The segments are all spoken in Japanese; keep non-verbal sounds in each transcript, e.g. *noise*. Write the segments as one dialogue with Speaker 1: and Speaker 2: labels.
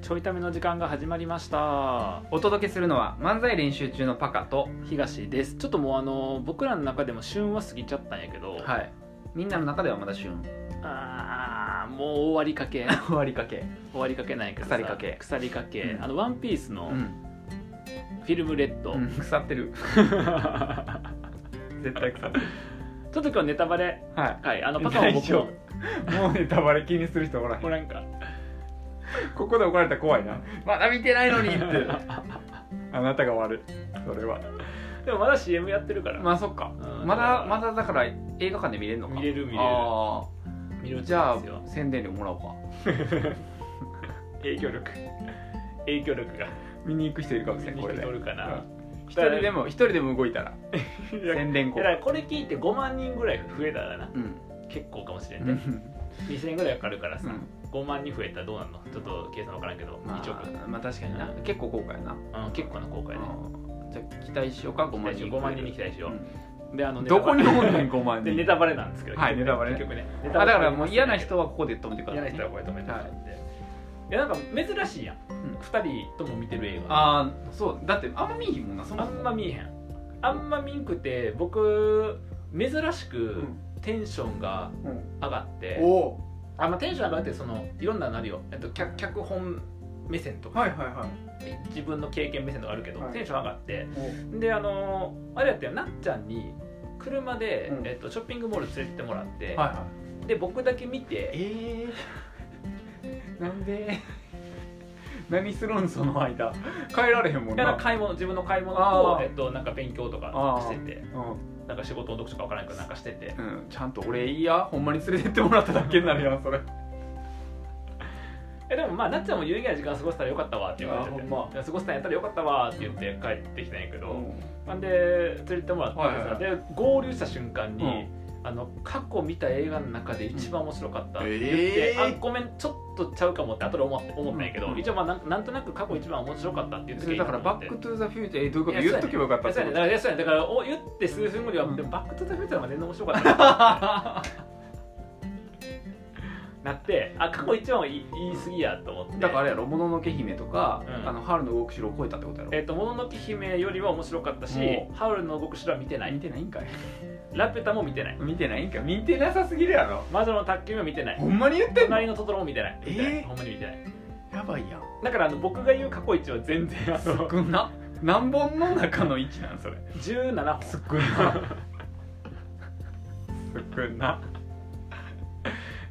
Speaker 1: ちょいための時間が始まりました
Speaker 2: お届けするのは漫才練習中のパカと、
Speaker 1: 東ですちょっともうあの僕らの中でも旬は過ぎちゃったんやけど、
Speaker 2: はい、みんなの中ではまだ旬
Speaker 1: あーもう終わりかけ
Speaker 2: 終わりかけ、
Speaker 1: 終わりかけないけどさ
Speaker 2: 腐りかけ
Speaker 1: 腐りかけ、
Speaker 2: うん
Speaker 1: あのワンピース
Speaker 2: う
Speaker 1: の
Speaker 2: ん
Speaker 1: フィルムレッド、 *laughs*
Speaker 2: うん、腐ってる *laughs* 絶対腐ってる
Speaker 1: ちょっと今日ネタバレ
Speaker 2: は
Speaker 1: はいあの
Speaker 2: い
Speaker 1: パカも
Speaker 2: 大
Speaker 1: 僕
Speaker 2: 丈
Speaker 1: も
Speaker 2: 夫もうネタバレ気にする人おらへん
Speaker 1: もうなんか
Speaker 2: ここで怒られたら怖いなまだ見てないのにって *laughs* あなたが悪いそれは
Speaker 1: でもまだ CM やってるから、
Speaker 2: まあそっか
Speaker 1: うん
Speaker 2: まだまだだから映画館で見れるのか
Speaker 1: 見れる見れる
Speaker 2: あ
Speaker 1: 見る
Speaker 2: ー
Speaker 1: ん
Speaker 2: じゃあ
Speaker 1: ですよ
Speaker 2: 宣伝料もらおうか
Speaker 1: 影響力影響力が
Speaker 2: 見に行く人いるかもしれんこれで
Speaker 1: 見に行く人おるかな
Speaker 2: うん一人でも一人でも動いたら
Speaker 1: いや
Speaker 2: 宣伝
Speaker 1: だ
Speaker 2: 効
Speaker 1: か
Speaker 2: 果
Speaker 1: らこれ聞いて5万人ぐらい増えたらな
Speaker 2: うん
Speaker 1: 結構かもしれん
Speaker 2: う
Speaker 1: ね
Speaker 2: ん
Speaker 1: 2000円ぐらいかかるから
Speaker 2: う
Speaker 1: さ、
Speaker 2: ん
Speaker 1: 5万人増えたらどうなんのちょっと計算わからんけど、
Speaker 2: ま
Speaker 1: 1億、
Speaker 2: あまあ確かにな結構後悔な
Speaker 1: うん、結構な効果やね
Speaker 2: うんじゃあ期待しようか5万人
Speaker 1: 5万人に期待しよう、であの
Speaker 2: うん
Speaker 1: ネタ
Speaker 2: ど
Speaker 1: バ
Speaker 2: こ
Speaker 1: レ
Speaker 2: におんねん5万
Speaker 1: でネ
Speaker 2: 人
Speaker 1: タバレなんですけど
Speaker 2: はい
Speaker 1: 結局ね
Speaker 2: ネ
Speaker 1: 結
Speaker 2: タ
Speaker 1: 局ねネタ
Speaker 2: あ
Speaker 1: バレ
Speaker 2: だからもう嫌な人はここで止めてください
Speaker 1: 嫌な
Speaker 2: ね
Speaker 1: 人はこれ止めてもらって、い、やなんか珍しいやん、
Speaker 2: ん
Speaker 1: 二2人とも見てる映画
Speaker 2: ああそうだってあんま見えへんもんなそ
Speaker 1: あ
Speaker 2: もそも
Speaker 1: んま見えへんあんま見んくて僕珍し
Speaker 2: う
Speaker 1: く
Speaker 2: ん
Speaker 1: テンションが
Speaker 2: うん
Speaker 1: 上がって、
Speaker 2: お
Speaker 1: あまあ、テンション上がってそのいろんなのあるよ、えっと、脚脚本目線と
Speaker 2: ー
Speaker 1: か、
Speaker 2: はいはいはい
Speaker 1: 自分の経験目線とかあるけど、
Speaker 2: はい
Speaker 1: テンション上がって
Speaker 2: お
Speaker 1: であのーあれやったよなっちゃんに車で、
Speaker 2: うん
Speaker 1: えっと、ショッピングモール連れてってもらって、
Speaker 2: はいはい
Speaker 1: で僕だけ見て
Speaker 2: えー、なんで何するんその間帰られへんもん
Speaker 1: だから
Speaker 2: な
Speaker 1: 買い物自分の買い物
Speaker 2: あ
Speaker 1: と、
Speaker 2: ー
Speaker 1: えっと、なんか勉強とかしてて
Speaker 2: う
Speaker 1: なんか仕事の読書かわからんけどなんかしてて
Speaker 2: ん、うん、ちゃんと俺いいやほんまに連れてってもらっただけになるやんそれ
Speaker 1: えでもまあなっちゃんも有意義な時間過ごせたらよかったわって言われて
Speaker 2: あ
Speaker 1: て、
Speaker 2: ーほん
Speaker 1: 過ごせたんやったらよかったわって言って帰ってきたんやけど、
Speaker 2: う
Speaker 1: なんで連れてってもらってさ、
Speaker 2: はいはい
Speaker 1: で合流した瞬間に、
Speaker 2: うん
Speaker 1: あの過去見た映画の中で一番面白かったって言っ
Speaker 2: え
Speaker 1: て、
Speaker 2: ー
Speaker 1: あごめんちょっとちゃうかもって後で思っ思ったんやけど、
Speaker 2: うん
Speaker 1: 一応まあなんなんとなく過去一番面白かったって言っ
Speaker 2: そ
Speaker 1: て
Speaker 2: れだから「バック・トゥ・ザ・フューチャー」えどういうこと言っとけばよかった
Speaker 1: っ
Speaker 2: ってて
Speaker 1: だ
Speaker 2: こ
Speaker 1: か
Speaker 2: と
Speaker 1: らそうやねだからお言って数分後には、
Speaker 2: うん
Speaker 1: でもバック・トゥ・ザ・フューチャー」が全然面白かったなってなってあ過去一番は言い言い過ぎやと思って
Speaker 2: だからあれやろ「もののけ姫」とか「
Speaker 1: うん
Speaker 2: あの春の動く城」を超えたってことやろ
Speaker 1: えっともののけ姫よりは面白かったし
Speaker 2: も
Speaker 1: 「ハウルの動く城」は見てな
Speaker 2: 見
Speaker 1: い
Speaker 2: てないんかい
Speaker 1: ラピュタも見てない
Speaker 2: 見てないんかい見てなさすぎるやろ
Speaker 1: 魔女の宅急便も見てない
Speaker 2: ほんまに言ってんの
Speaker 1: 隣のトトロも見てない
Speaker 2: えー
Speaker 1: 見てないほんまに見てない
Speaker 2: やばいやん
Speaker 1: だからあの僕が言う過去一は全然あの
Speaker 2: くんな何本の中の1なんそれ
Speaker 1: 17本
Speaker 2: すっごいな *laughs* すっごいな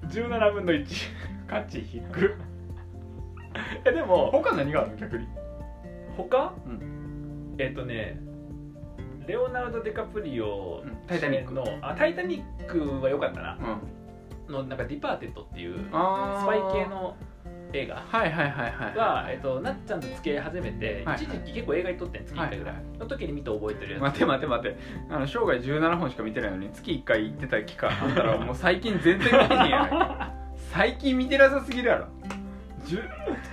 Speaker 1: 17分の1
Speaker 2: 価値低く
Speaker 1: えでも
Speaker 2: 他何があるの逆に
Speaker 1: 他、
Speaker 2: う
Speaker 1: えっ、とねレオナルド・ディカプリオ
Speaker 2: うんタイタニック
Speaker 1: 主演のあタイタニックは良かったな
Speaker 2: うん
Speaker 1: のなんかディパーテッドっていうス
Speaker 2: あ
Speaker 1: パイ系の映画
Speaker 2: はいはいはいはい
Speaker 1: は、えっとなっちゃんと付き合い始めて、
Speaker 2: はい
Speaker 1: 一時期結構映画に撮ってん月1回ぐらい、
Speaker 2: はい
Speaker 1: の時に見て覚えてるやつ
Speaker 2: 待て待て待てあの生涯17本しか見てないのに月1回行ってた期間あったらもう最近全然見てへんやない *laughs* か最近見てなさすぎるやろじゅ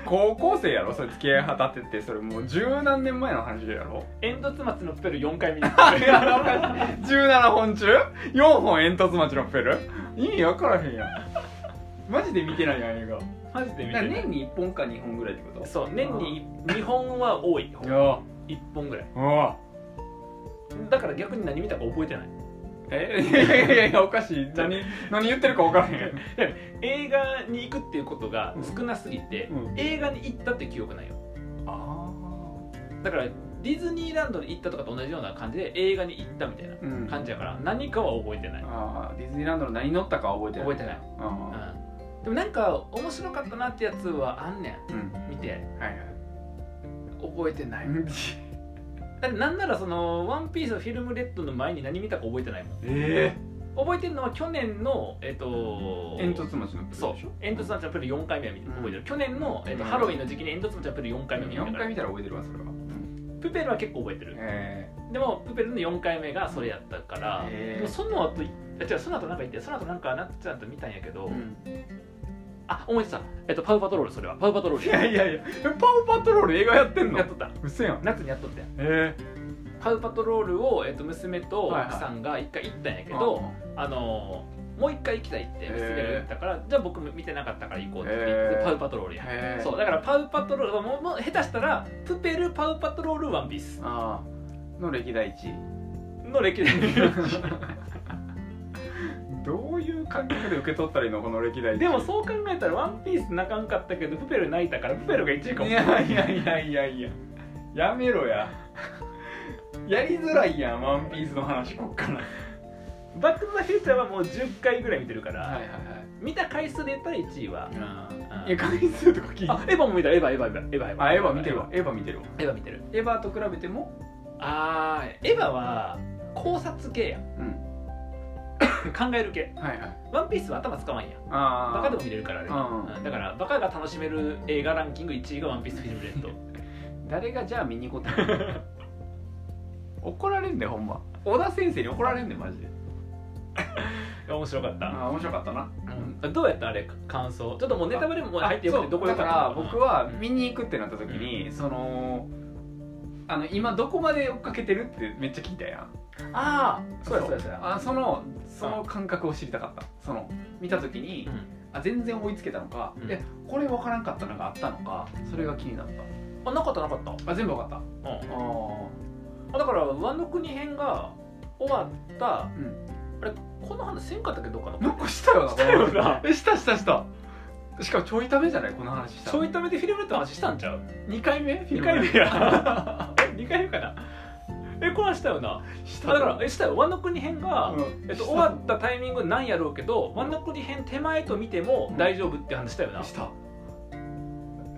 Speaker 2: 高校生やろそれ付き合い果たっててそれもう十何年前の話やろ *laughs*
Speaker 1: 煙突町のプペル4回見 *laughs* に行
Speaker 2: いやおかしい17本中4本煙突町のプペル意味わからへんやんマジで見てないやん映画
Speaker 1: マジで見
Speaker 2: だ
Speaker 1: て
Speaker 2: から
Speaker 1: る
Speaker 2: 年に1本か2本ぐらいってこと
Speaker 1: そう年に2本は多い
Speaker 2: いや
Speaker 1: 1本ぐらい
Speaker 2: あ
Speaker 1: だから逆に何見たか覚えてない
Speaker 2: えいやいやいやいやおかしい何何言ってるか分からへん
Speaker 1: 映画に行くっていうことが少なすぎて、
Speaker 2: う
Speaker 1: 映画に行ったって記憶ないよ
Speaker 2: あ
Speaker 1: だからディズニーランドに行ったとかと同じような感じで映画に行ったみたいな
Speaker 2: あうん
Speaker 1: 感じやから何かは覚えてない
Speaker 2: あーディズニーランドの何乗ったかは覚えてない
Speaker 1: 覚えてない、
Speaker 2: あ
Speaker 1: うん、でもなんか面白かったなってやつはあんね
Speaker 2: ーうん
Speaker 1: ん見て
Speaker 2: はいは
Speaker 1: 覚えてないいだってなんならその「ワンピースのフィルムレッドの前に何見たか覚えてないもん
Speaker 2: *laughs* え
Speaker 1: 覚えてるのは去年のえっ、と
Speaker 2: え煙突町のプ
Speaker 1: そう煙突町のプール4回目は見て覚えてる、去年の、えっと
Speaker 2: うん
Speaker 1: ハロウィンの時期に煙突町のプール4回目見た
Speaker 2: 4
Speaker 1: か
Speaker 2: 回
Speaker 1: ら
Speaker 2: 見たら覚えてるわそれはうん
Speaker 1: プペルは結構覚えてる
Speaker 2: え
Speaker 1: でもプペルの4回目がそれやったから、
Speaker 2: へー
Speaker 1: でもその後いあ違うその後なんか言ってその後なんかなっちゃんと見たんやけど、
Speaker 2: ーうん
Speaker 1: あ思い出した、えっとパウパトロールそれはパウパトロール
Speaker 2: いやいやいやえパウパトロール映画やってんの
Speaker 1: やっとった
Speaker 2: うせやん
Speaker 1: 夏にやっとったやん
Speaker 2: ええ
Speaker 1: パウパトロールを、えっと娘と奥さんが一回行ったんやけど、あのーもう一回行きたいって
Speaker 2: へー
Speaker 1: 娘が言ったからじゃあ僕も見てなかったから行こうって言って
Speaker 2: へー
Speaker 1: でパウパトロールや
Speaker 2: へー
Speaker 1: そうだからパウパトロールはもうもう下手したらプペルパウパトロールワンピース
Speaker 2: ああの歴代一位
Speaker 1: の歴代
Speaker 2: *laughs* どういう感覚で受け取ったらいいのこの歴代一位
Speaker 1: でもそう考えたらワンピース泣かんかったけどプペル泣いたからプペルが1位かも
Speaker 2: いやいやいやいやいややめろややりづらいやんワンピースの話こっから
Speaker 1: バック・トゥ・ザ・フューチャーはもう10回ぐらい見てるから、
Speaker 2: いはい
Speaker 1: 見た回数で言ったら1位は、
Speaker 2: は
Speaker 1: うん
Speaker 2: え回数とか聞いて
Speaker 1: あエヴァも見たエヴァエヴァエヴァエヴァエヴァ
Speaker 2: あエヴァ見てるわエヴァ見てるわ
Speaker 1: エヴァ見てる
Speaker 2: エヴァと比べても
Speaker 1: あーエヴァは考察系やん
Speaker 2: うん
Speaker 1: 考える系
Speaker 2: はいはい
Speaker 1: ワンピースは頭使わんやん
Speaker 2: あ
Speaker 1: バカでも見れるからね、
Speaker 2: うん
Speaker 1: うんだからバカが楽しめる映画ランキング1位が「ワンピースフィルムレッド
Speaker 2: 誰がじゃあ見に行こうって *laughs* 怒られんでほんま小田先生に怒られんでマジで
Speaker 1: いや面白かった、
Speaker 2: *laughs* あ面白かったな
Speaker 1: うんどうやったあれ感想ちょっともうネタバレも入ってよく
Speaker 2: あそ
Speaker 1: て
Speaker 2: う
Speaker 1: どこよかっ
Speaker 2: だ
Speaker 1: た
Speaker 2: から
Speaker 1: のかな
Speaker 2: 僕は見に行くってなった時に、そのあの今どこまで追っかけてるってめっちゃ聞いたやん
Speaker 1: ああそうやそうやそうや
Speaker 2: あそのその感覚を知りたかったその見た時に、
Speaker 1: うん
Speaker 2: あ全然追いつけたのか、
Speaker 1: うん
Speaker 2: でこれ分からんかったのがあったのかそれが気になっ
Speaker 1: あなかったなかった、
Speaker 2: たあ全部分かったあ
Speaker 1: うん
Speaker 2: あ
Speaker 1: だからワノ国編が終わった、
Speaker 2: うん
Speaker 1: あれこの話せんかったけどどっかな
Speaker 2: 残したよな
Speaker 1: したよな
Speaker 2: えしたしたしたしかもちょいためじゃないこの話した
Speaker 1: ちょいためでフィルムレッドの話したんちゃう
Speaker 2: 2回目
Speaker 1: 2回目 *laughs* や2回目かなえこれはしたよな
Speaker 2: した
Speaker 1: あだからえしたよワノ国編が、
Speaker 2: うん
Speaker 1: えっと、終わったタイミングなんやろうけどワノ国編手前と見ても大丈夫って話したよな、
Speaker 2: した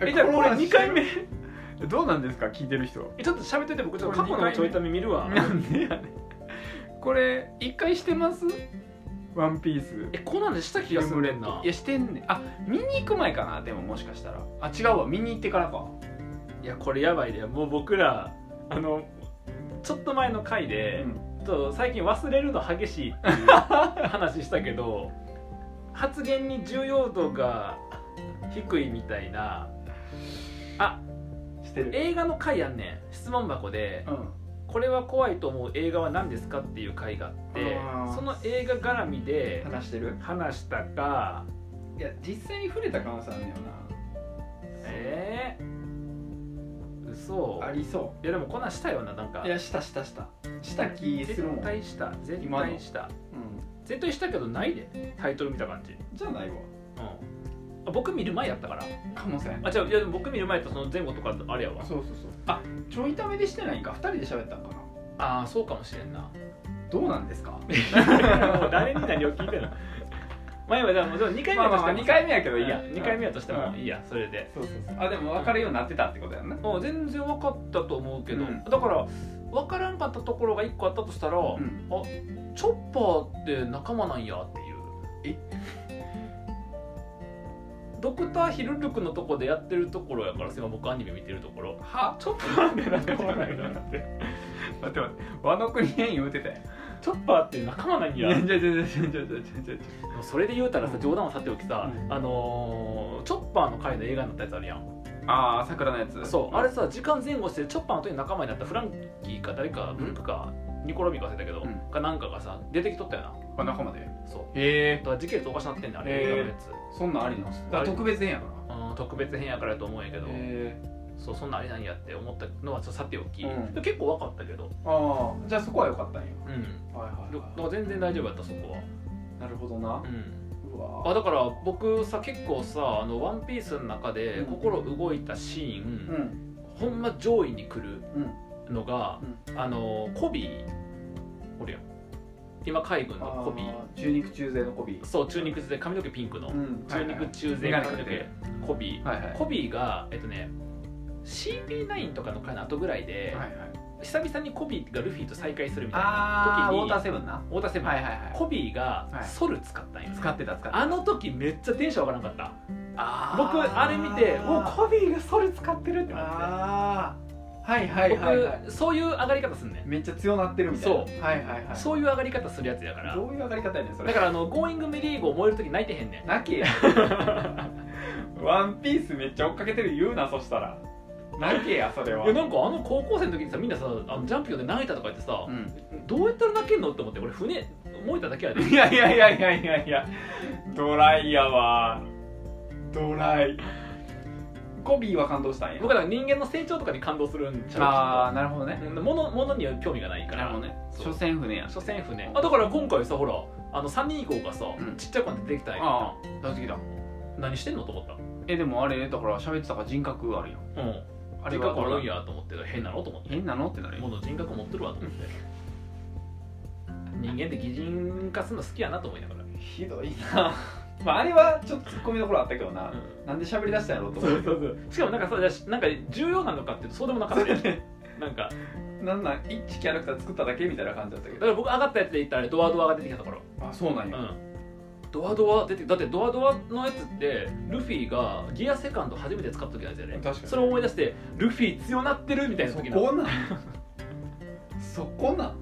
Speaker 1: えじゃあこれ2回目
Speaker 2: どうなんですか聞いてる人
Speaker 1: えちょっと喋ってて僕ちょっと過去のちょいため見るわ
Speaker 2: なんでやねんこれ1回してますワンピース
Speaker 1: えこんなんでした気がするねんない
Speaker 2: やしてんねんあ見に行く前かなでももしかしたらあ違うわ見に行ってからか
Speaker 1: いやこれやばいでもう僕らあのちょっと前の回で、ちょっと最近忘れるの激しいっていう話したけ *laughs* ど発言に重要度が低いみたいな
Speaker 2: してる
Speaker 1: 映画の回やんねん質問箱で
Speaker 2: うん
Speaker 1: 「これは怖いと思う映画は何ですか?」っていう回があって
Speaker 2: あー
Speaker 1: その映画絡みで
Speaker 2: 話してる
Speaker 1: 話したか
Speaker 2: いや実際に触れた可能性あるんだよ
Speaker 1: えー、嘘
Speaker 2: なありそ
Speaker 1: いやでもこんなんしたよななんか
Speaker 2: ういやしたしたしたした気するもん、
Speaker 1: 絶対した絶
Speaker 2: 今
Speaker 1: 対
Speaker 2: の
Speaker 1: した
Speaker 2: う
Speaker 1: 絶対したけどないでタイトル見た感じ、うん
Speaker 2: ん、じゃないわ
Speaker 1: あ、僕見る前やったから
Speaker 2: 可能性あ
Speaker 1: あ違ういやでも僕見る前とその前後とかあれやわ
Speaker 2: そうそうそうあちょいためでしてないんか2人で喋ったんかな
Speaker 1: ああそうかもしれんな
Speaker 2: どうなんです
Speaker 1: *laughs*
Speaker 2: か
Speaker 1: もう誰に何を聞いてるのまあ今じゃあもうちょっと2回目やとしても
Speaker 2: 2回目やけどい
Speaker 1: い
Speaker 2: い
Speaker 1: いや
Speaker 2: や
Speaker 1: 2回目やとして
Speaker 2: う
Speaker 1: も
Speaker 2: ん
Speaker 1: いいやそれで
Speaker 2: そうそうそうあでも分かるようになってたってことやんな
Speaker 1: もう全然分かったと思うけど、
Speaker 2: うん
Speaker 1: だから分からんかったところが1個あったとしたら、
Speaker 2: ん
Speaker 1: チョッパーって仲間なんやっていう
Speaker 2: え
Speaker 1: ドクターヒルルクのとこでやってるところやから今僕アニメ見てるところ
Speaker 2: は
Speaker 1: チョッパーって仲間なんやって
Speaker 2: 待って待って和の国編言うてたやん
Speaker 1: チョッパーって仲間なん
Speaker 2: い
Speaker 1: や
Speaker 2: やじゃじゃじゃじゃじゃじゃじゃ
Speaker 1: でもそれで言うたらさ冗談はさておきさ、
Speaker 2: うん
Speaker 1: あのーチョッパーの回の映画になったやつあるやん
Speaker 2: ああ桜のやつ
Speaker 1: そうあれさ時間前後してチョッパーの時に仲間になったフランキーか誰かブルックか、ニコロミか忘れたけど、
Speaker 2: うん
Speaker 1: かなんかがさ出てきとったよ
Speaker 2: あ中までへ
Speaker 1: なそう
Speaker 2: え
Speaker 1: だから時系列おかしなってんねんあれ映画のやつ、
Speaker 2: そんなんありなんすだから特別編やから
Speaker 1: うん、特別編やからやと思うんやけど、
Speaker 2: え
Speaker 1: そうそんなんあれなんやって思ったのはちょっとさておき、
Speaker 2: うん
Speaker 1: 結構わかったけど
Speaker 2: ああじゃあそこは良かったんや
Speaker 1: うん
Speaker 2: はい
Speaker 1: だ
Speaker 2: は
Speaker 1: から全然大丈夫やったそこは
Speaker 2: なるほどな
Speaker 1: うん
Speaker 2: うわ
Speaker 1: あだから僕さ結構さ「あのワンピースの中で
Speaker 2: うん
Speaker 1: 心動いたシーン、
Speaker 2: うん
Speaker 1: ほんま上位に来る
Speaker 2: うん
Speaker 1: のが、あのコビーおるやん今海軍のコビー
Speaker 2: あー中肉中背のコビ
Speaker 1: そう中肉で髪の毛ピンクの、
Speaker 2: ん
Speaker 1: 中肉中背
Speaker 2: 眼
Speaker 1: 髪の
Speaker 2: 鏡かけて
Speaker 1: 毛
Speaker 2: る
Speaker 1: コビー、
Speaker 2: はいはい
Speaker 1: コビーがえっとね CP9 とかの回の後ぐらいで、
Speaker 2: はいはい
Speaker 1: 久々にコビーがルフィと再会するみたいな
Speaker 2: ああ
Speaker 1: 時
Speaker 2: ウ
Speaker 1: に
Speaker 2: ォーターセブンな
Speaker 1: 太田先
Speaker 2: は
Speaker 1: 輩、
Speaker 2: いはいはい
Speaker 1: コビーが
Speaker 2: はい
Speaker 1: ソル使ったんよ、
Speaker 2: 使ってた使ってた
Speaker 1: あの時めっちゃテンション上がらなかった
Speaker 2: あ
Speaker 1: 僕あれ見てもうコビーがソル使ってるってなっ
Speaker 2: ああはいは
Speaker 1: て
Speaker 2: いはいはい
Speaker 1: 僕そういう上がり方すんねん、
Speaker 2: めっちゃ強なってるみたいな
Speaker 1: そう
Speaker 2: はいはいはい
Speaker 1: そういう上がり方するやつやから
Speaker 2: どういう上がり方やねんそれ
Speaker 1: だからあの「ゴーイングメリーゴー」燃える時泣いてへんねん
Speaker 2: *laughs* 泣けやワンピースめっちゃ追っかけてる言うなそしたら泣けやそれ
Speaker 1: い
Speaker 2: は
Speaker 1: やなんかあの高校生の時にさみんなさあのジャンピオンで泣いたとか言ってさ
Speaker 2: う、ん
Speaker 1: どうやったら泣けんのって思って俺船燃えただけや
Speaker 2: *laughs*
Speaker 1: で
Speaker 2: いやいやいやいやいやいやドライやわドライコビーは感動したんや
Speaker 1: 僕ら人間の成長とかに感動するんち
Speaker 2: あ
Speaker 1: ゃ
Speaker 2: あなるほどね
Speaker 1: ううん物物には興味がないから
Speaker 2: ね
Speaker 1: そう
Speaker 2: 所詮船や
Speaker 1: 所詮船あだから今回さほらあの3人以降がさ、
Speaker 2: うん
Speaker 1: ちっちゃい子に出てきたい
Speaker 2: ああ大好きだ
Speaker 1: 何してんのと思った
Speaker 2: えでもあれだから喋ってたから人格あるよ
Speaker 1: うん
Speaker 2: あれ
Speaker 1: 人
Speaker 2: は
Speaker 1: 格あるんやと思って変なのと思って
Speaker 2: 変なのってなる
Speaker 1: も
Speaker 2: よ
Speaker 1: の人格持ってるわと思って人間って擬人化するの好きやなと思いながら
Speaker 2: ひどいな *laughs* まああれはちょっとツッコミどころあったけどな、なんで喋り出したんやろうと
Speaker 1: そ
Speaker 2: 思
Speaker 1: うそうそうしかもなんかさじゃあなんか重要なのかっていうとそうでもなかったよ
Speaker 2: *laughs*
Speaker 1: ねなんか
Speaker 2: うなんなん一キャラクター作っただけみたいな感じだったけ
Speaker 1: だから僕上がったやつで言ったらあれドアドアが出てきたところ
Speaker 2: あそうなんや、
Speaker 1: うんドアドア出てだってドアドアのやつってルフィがギアセカンド初めて使った時なんですよね
Speaker 2: 確かに
Speaker 1: それを思い出してルフィ強なってるみたいな
Speaker 2: そ
Speaker 1: 時の
Speaker 2: こなんそこなん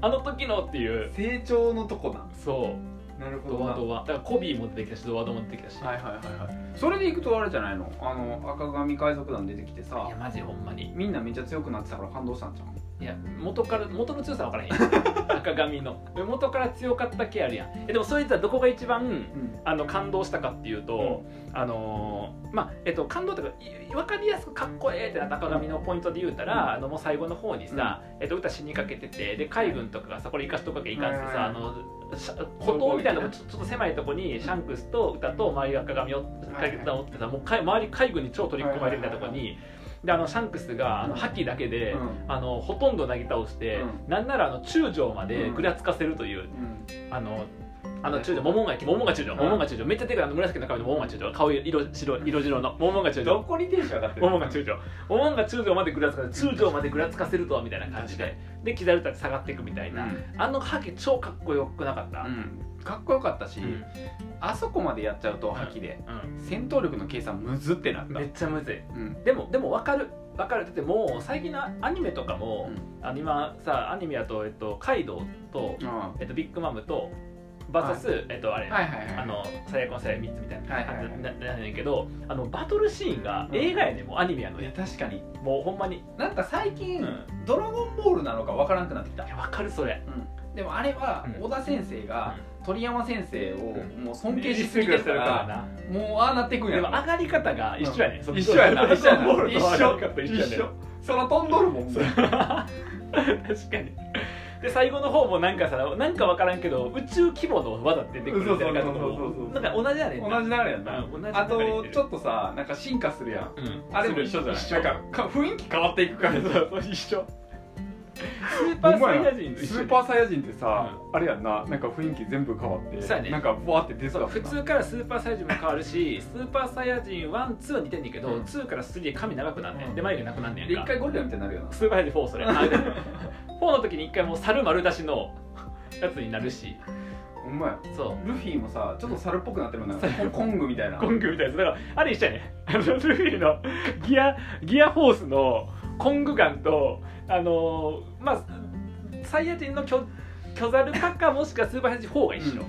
Speaker 1: あの時のっていう
Speaker 2: 成長のとこなん
Speaker 1: そう
Speaker 2: なるほ
Speaker 1: ドアドアだからコビーも出てきたしドアドアも出てきたし、
Speaker 2: はいはいはいはいそれでいくとあれじゃないのあの赤髪海賊団出てきてさ
Speaker 1: いやマジほんまに
Speaker 2: みんなめっちゃ強くなってたから感動したんじゃん
Speaker 1: いや元から元の強さは分
Speaker 2: *laughs*
Speaker 1: からへん赤髪の元から強かっただけあるやんえでもそいつはどこが一番
Speaker 2: うん
Speaker 1: あの感動したかっていうと、あのーまあえっと感動というか分かりやすくかっこええってなった赤髪のポイントで言うたら、
Speaker 2: うん
Speaker 1: あのもう最後の方にさ、えっと、歌死にかけててで海軍とかがさこれ生かしとくわけいかんってさ、
Speaker 2: はいはいは
Speaker 1: あのし歩道みたいなとこちょちょっと狭いとこにシャンクスと歌と周りが赤髪を
Speaker 2: はい
Speaker 1: 影を追ってさもうかい周り海軍に超取り込まれてたとこ
Speaker 2: はい
Speaker 1: にであのシャンクスがあの覇気だけで。
Speaker 2: うん
Speaker 1: あのほとんどなぎ倒して、
Speaker 2: う
Speaker 1: なんならあの中将まで
Speaker 2: うん
Speaker 1: ぐらつかせるという、
Speaker 2: うん
Speaker 1: あのあの中将モモンガモモンガ中将モモンガ中将めっちゃでかいあの紫の髪のモモンガ中将顔色白色白のモモンガ中
Speaker 2: ど
Speaker 1: 将
Speaker 2: こにテンション上がってる
Speaker 1: モモンガ中将モモンガ中将までぐらつかせる中将までぐらつかせるとはみたいな感じででキザルタで下がっていくみたいな、あのハケ超かっこよくなかった、
Speaker 2: うん、うんかっこよかったし、
Speaker 1: うん
Speaker 2: あそこまでやっちゃうと覇気で
Speaker 1: うん
Speaker 2: 戦闘力の計算むずってなった
Speaker 1: めっちゃむずい
Speaker 2: うん
Speaker 1: でもでも分かる分かるだってもう最近のアニメとかも、あの今さアニメやと、えっと、カイドウと、
Speaker 2: あ
Speaker 1: えっと、ビッグマムとバーサス、えっとあれ、
Speaker 2: あはいはいはい
Speaker 1: あの最悪の最悪3つみたいな
Speaker 2: はいはいはい
Speaker 1: 感じななんやけどあのバトルシーンが映画やねんもうアニメやの
Speaker 2: いや
Speaker 1: ね
Speaker 2: 確かに
Speaker 1: もうほんまにい
Speaker 2: なんか最近、
Speaker 1: うん
Speaker 2: ドラゴンボールなのかわからなくなってきた
Speaker 1: やわかるそれ
Speaker 2: でもあれは
Speaker 1: うん
Speaker 2: 小田先生が鳥山先生を
Speaker 1: う
Speaker 2: もう尊敬しすぎてるか
Speaker 1: からな
Speaker 2: らもうああなっていくん
Speaker 1: で
Speaker 2: や
Speaker 1: も
Speaker 2: ろ
Speaker 1: 上がり方が一緒やねんその
Speaker 2: 一緒やな
Speaker 1: ド
Speaker 2: *laughs* 一緒や
Speaker 1: ラゴンボー
Speaker 2: な
Speaker 1: ル
Speaker 2: 一
Speaker 1: と上がり方
Speaker 2: 緒
Speaker 1: 一緒やね
Speaker 2: 一緒そら飛んどるもんもう
Speaker 1: 確かにで最後の方もなんかさなんかわからんけど宇宙規模の技出てくるみたいな感じの
Speaker 2: そうそうそうそうそう
Speaker 1: なんか同じやねん
Speaker 2: 同じ流れや
Speaker 1: う
Speaker 2: ん
Speaker 1: ん同じ流れ
Speaker 2: なあとちょっとさなんか進化するやんあれも一緒じゃない
Speaker 1: 一緒か
Speaker 2: なんかか雰囲気変わっていくからさ
Speaker 1: 一緒スーパーサイヤ人と一
Speaker 2: ス
Speaker 1: 緒や
Speaker 2: ー
Speaker 1: ね
Speaker 2: パーサイヤ人ってさ、あれやんななんか雰囲気全部変わって
Speaker 1: そうやね
Speaker 2: なんかボワって出
Speaker 1: そ
Speaker 2: そ
Speaker 1: う
Speaker 2: うやも
Speaker 1: 普
Speaker 2: んな
Speaker 1: 通からスーパーサイヤ人も変わるしスーパーサイヤ人12は似てんねんけど、
Speaker 2: うん
Speaker 1: 2から3で髪長くなんねん、
Speaker 2: うん
Speaker 1: で眉毛なくなんねん
Speaker 2: で
Speaker 1: か
Speaker 2: 一回ゴリラみたいになるよな
Speaker 1: スーパーサイヤ人4それあ
Speaker 2: *laughs*
Speaker 1: で4の時に一回もう猿丸出しのやつになるし
Speaker 2: ほんまや
Speaker 1: そ
Speaker 2: ルフィもさちょっと猿っぽくなってるもん
Speaker 1: う
Speaker 2: なんコンコングみたいな
Speaker 1: うコングみたいなやつだからあれ一緒やねんあのルフィのギアギアフォースのコングガンとあのーまあサイヤ人の巨巨ザルパかもしくはスーパーサイヤ人4が一緒、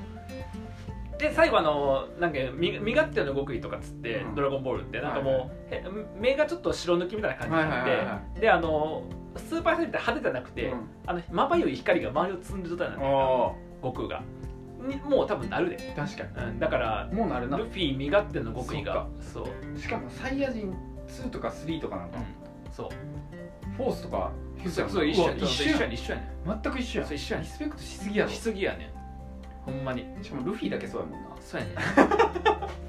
Speaker 1: で最後あのなんか身身勝手の極意とかっつって、
Speaker 2: うん
Speaker 1: ドラゴンボールってなんかもう、へ目がちょっと白抜きみたいな感じになって、
Speaker 2: はいはいはいは
Speaker 1: であのスーパーサイヤ人って派手じゃなくて、
Speaker 2: うん
Speaker 1: あのまばゆい光が周りを包んでる状態なんだよ
Speaker 2: あ
Speaker 1: 悟空がにもう多分なるで、
Speaker 2: あ確かに
Speaker 1: うん、だから
Speaker 2: もうなるな
Speaker 1: ルフィ身勝手の極意がそう
Speaker 2: しかもサイヤ人2とか3とかなんか、
Speaker 1: そう
Speaker 2: フォースとかフューチャー
Speaker 1: そう一
Speaker 2: う
Speaker 1: 緒
Speaker 2: わ
Speaker 1: やねん
Speaker 2: 一緒や
Speaker 1: そう一緒やね
Speaker 2: 全く一緒
Speaker 1: ん
Speaker 2: や
Speaker 1: そうん一緒や
Speaker 2: リ
Speaker 1: ね
Speaker 2: スペクトしすぎや
Speaker 1: ん
Speaker 2: ろ
Speaker 1: し
Speaker 2: し
Speaker 1: すぎやねんほんまに
Speaker 2: かもルフィだけそうやもんな
Speaker 1: そう
Speaker 2: *laughs*
Speaker 1: やねん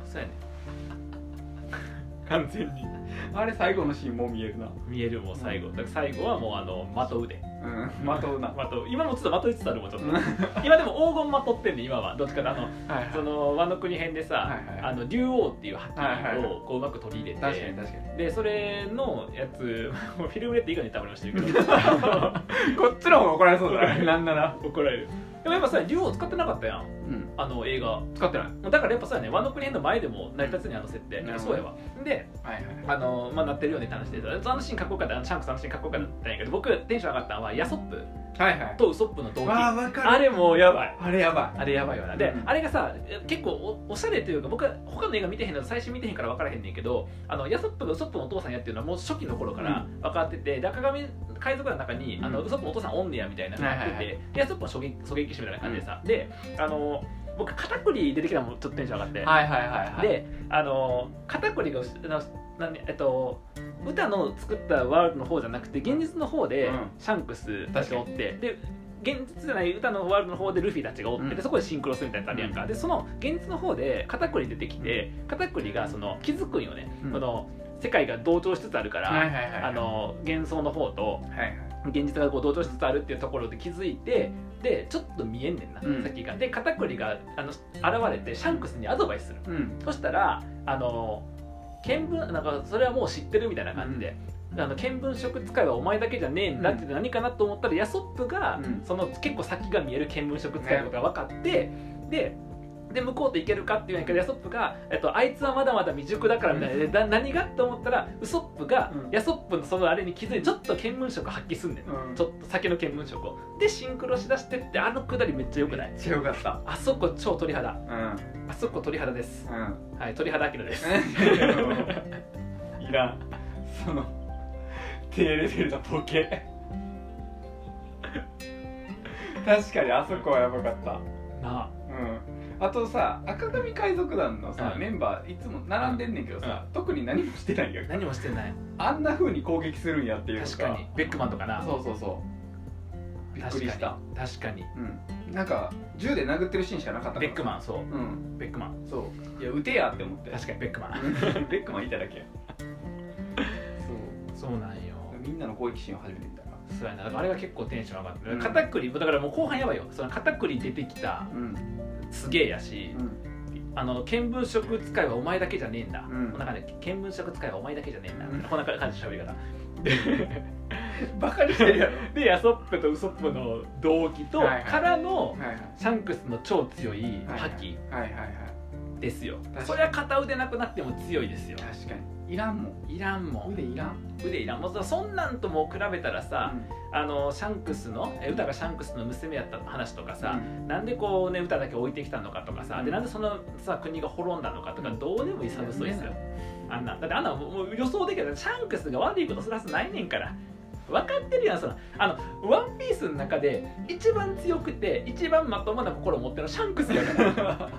Speaker 1: そうやねん完全に
Speaker 2: あれ最後のシーンもう見えるな
Speaker 1: 見えるもう最後だから最後はもうあのまとうで
Speaker 2: うんまとうな
Speaker 1: まとう今もちょっとまといつつあるもんちょっと
Speaker 2: うんは
Speaker 1: 今でも黄金まとってんねん今はどっちかってあの
Speaker 2: いはい
Speaker 1: その和の国編でさ、
Speaker 2: はいは
Speaker 1: あ
Speaker 2: い
Speaker 1: の竜王っていう
Speaker 2: はいは
Speaker 1: 覇
Speaker 2: い
Speaker 1: 気
Speaker 2: は
Speaker 1: をこううまく取り入れて、
Speaker 2: 確かに確か
Speaker 1: でそれのやつ *laughs* もうフィルムレッド以外に多分してるけど
Speaker 2: にこっちの方が怒られそうだね *laughs* なんなら
Speaker 1: 怒られるでもやっぱさ竜王使ってなかったやん
Speaker 2: うん
Speaker 1: あの映画
Speaker 2: 使ってない
Speaker 1: だからやっぱさね和の国編の前でも成り立つねあの設定
Speaker 2: なるほ
Speaker 1: そ
Speaker 2: ど
Speaker 1: うやわで
Speaker 2: はいはい
Speaker 1: あのまあ、なってるよねって話であのシーンかっこよかったあのシャンクスあのシーンかっこよかったんやけど僕テンション上がったのはヤソップ
Speaker 2: はいはい
Speaker 1: とウソップの動機
Speaker 2: あ
Speaker 1: あ
Speaker 2: ーわかる
Speaker 1: れもうやばい
Speaker 2: あれやば
Speaker 1: あれやばいよなで、
Speaker 2: うん
Speaker 1: あれがさ結構おおしゃれというか僕は他の映画見てへんの最新見てへんから分からへんねんけどあのヤソップがウソップのお父さんやっていうのはもう初期の頃から分かってて、で赤髪海賊団の中に、あの
Speaker 2: うん
Speaker 1: ウソップのお父さんおんねやみたいなのがあってて、
Speaker 2: はいはい
Speaker 1: でヤソップは狙撃狙撃手みたいな感じでさ、であの僕肩こり出てきたのもちょっとテンション上がって、
Speaker 2: いはいはいはいはい
Speaker 1: であの肩こりがあのなんえっと歌の作ったワールドの方じゃなくて現実の方で
Speaker 2: うん
Speaker 1: シャンクスたちがおって、で現実じゃない歌のワールドの方でルフィたちがおって、
Speaker 2: うん
Speaker 1: でそこでシンクロするみたいなのあるやんか、でその現実の方で肩こり出てきて肩こりがその気づくんよね、
Speaker 2: うん
Speaker 1: この世界が同調しつつあるから、
Speaker 2: はいはいはい
Speaker 1: あの幻想の方と
Speaker 2: はいはい
Speaker 1: 現実がこう同調しつつあるっていうところで気づいてでちょっと見えんねんな、
Speaker 2: うん
Speaker 1: さっきがで肩こりがあの現れてシャンクスにアドバイスする
Speaker 2: うん
Speaker 1: そしたらあの見聞なんかそれはもう知ってるみたいな感じで、あの見聞色使いはお前だけじゃねえんだって何かなと思ったら、ヤソップが、
Speaker 2: うん
Speaker 1: その結構先が見える見聞色使いのことが分かって、でで向こうといけるかっていうんやけどヤソップが、えっと「あいつはまだまだ未熟だから」みたいな、でな何がと思ったらウソップが、
Speaker 2: うん
Speaker 1: ヤソップのそのあれに気づいてちょっと見聞色発揮すんねん、
Speaker 2: うん
Speaker 1: ちょっと先の見聞色をでシンクロしだしてってあのくだりめっちゃよくない
Speaker 2: めっちゃよかった
Speaker 1: あそこ超鳥肌
Speaker 2: うん
Speaker 1: あそこ鳥肌です
Speaker 2: うん
Speaker 1: はい、鳥肌明です。
Speaker 2: いらんその低レベルのボケ確かにあそこはやばかった
Speaker 1: な
Speaker 2: うんあとさ赤髪海賊団のさ、
Speaker 1: うん
Speaker 2: メンバーいつも並んでんねんけどさ、特に何もしてないよ
Speaker 1: あ、何もしてない。
Speaker 2: あんな風に攻撃するんやっていう
Speaker 1: 確かに、ベックマンとかな。
Speaker 2: そうそうそうびっくりした
Speaker 1: 確かに。
Speaker 2: うんなんか銃で殴ってるシーンしかなかったから
Speaker 1: ベックマン、そう
Speaker 2: うん
Speaker 1: う、ベックマン。
Speaker 2: そういや撃てやって思って
Speaker 1: 確かにベックマン。
Speaker 2: うんベックマンいただけそ
Speaker 1: そうなんよ。
Speaker 2: うみんなの攻撃シーンを初めて見たな
Speaker 1: そうやな、だからあれが結構テンション上がって
Speaker 2: う
Speaker 1: る。
Speaker 2: ん
Speaker 1: 肩栗、だからもう後半やばいよ。その肩栗出てきた、
Speaker 2: うん
Speaker 1: すげえやし、あの見聞色使いはお前だけじゃねえんだ。
Speaker 2: うん
Speaker 1: なんかね、見聞色使いはお前だけじゃねえんだ。
Speaker 2: うん
Speaker 1: こんな感じの喋り方。
Speaker 2: *laughs* バ *laughs* カにしてるやろ
Speaker 1: で、ヤソップとウソップの動機と、
Speaker 2: はいはい
Speaker 1: からの。
Speaker 2: はいはい
Speaker 1: シャンクスの超強い覇気、
Speaker 2: はいはいはい
Speaker 1: ですよ
Speaker 2: かに
Speaker 1: そりゃ片腕なくなっても強いですよ
Speaker 2: 確かにいらんもん
Speaker 1: いらんもん
Speaker 2: 腕いらん
Speaker 1: 腕いらんもうそんなんとも比べたらさ、あのシャンクスのえ歌がシャンクスの娘やった話とかさ、なんでこうね歌だけ置いてきたのかとかさ、
Speaker 2: うん
Speaker 1: でなんでそのさ国が滅んだのかとか、
Speaker 2: うん
Speaker 1: どうでもいいサブストーリーですよ、あんなんだってあんなんもうもう予想できるシャンクスが悪いことすらすないねんから分かってるやんそのあのワンピースの中で一番強くて一番まともな心を持ってるのはシャンクスやから
Speaker 2: *laughs* うん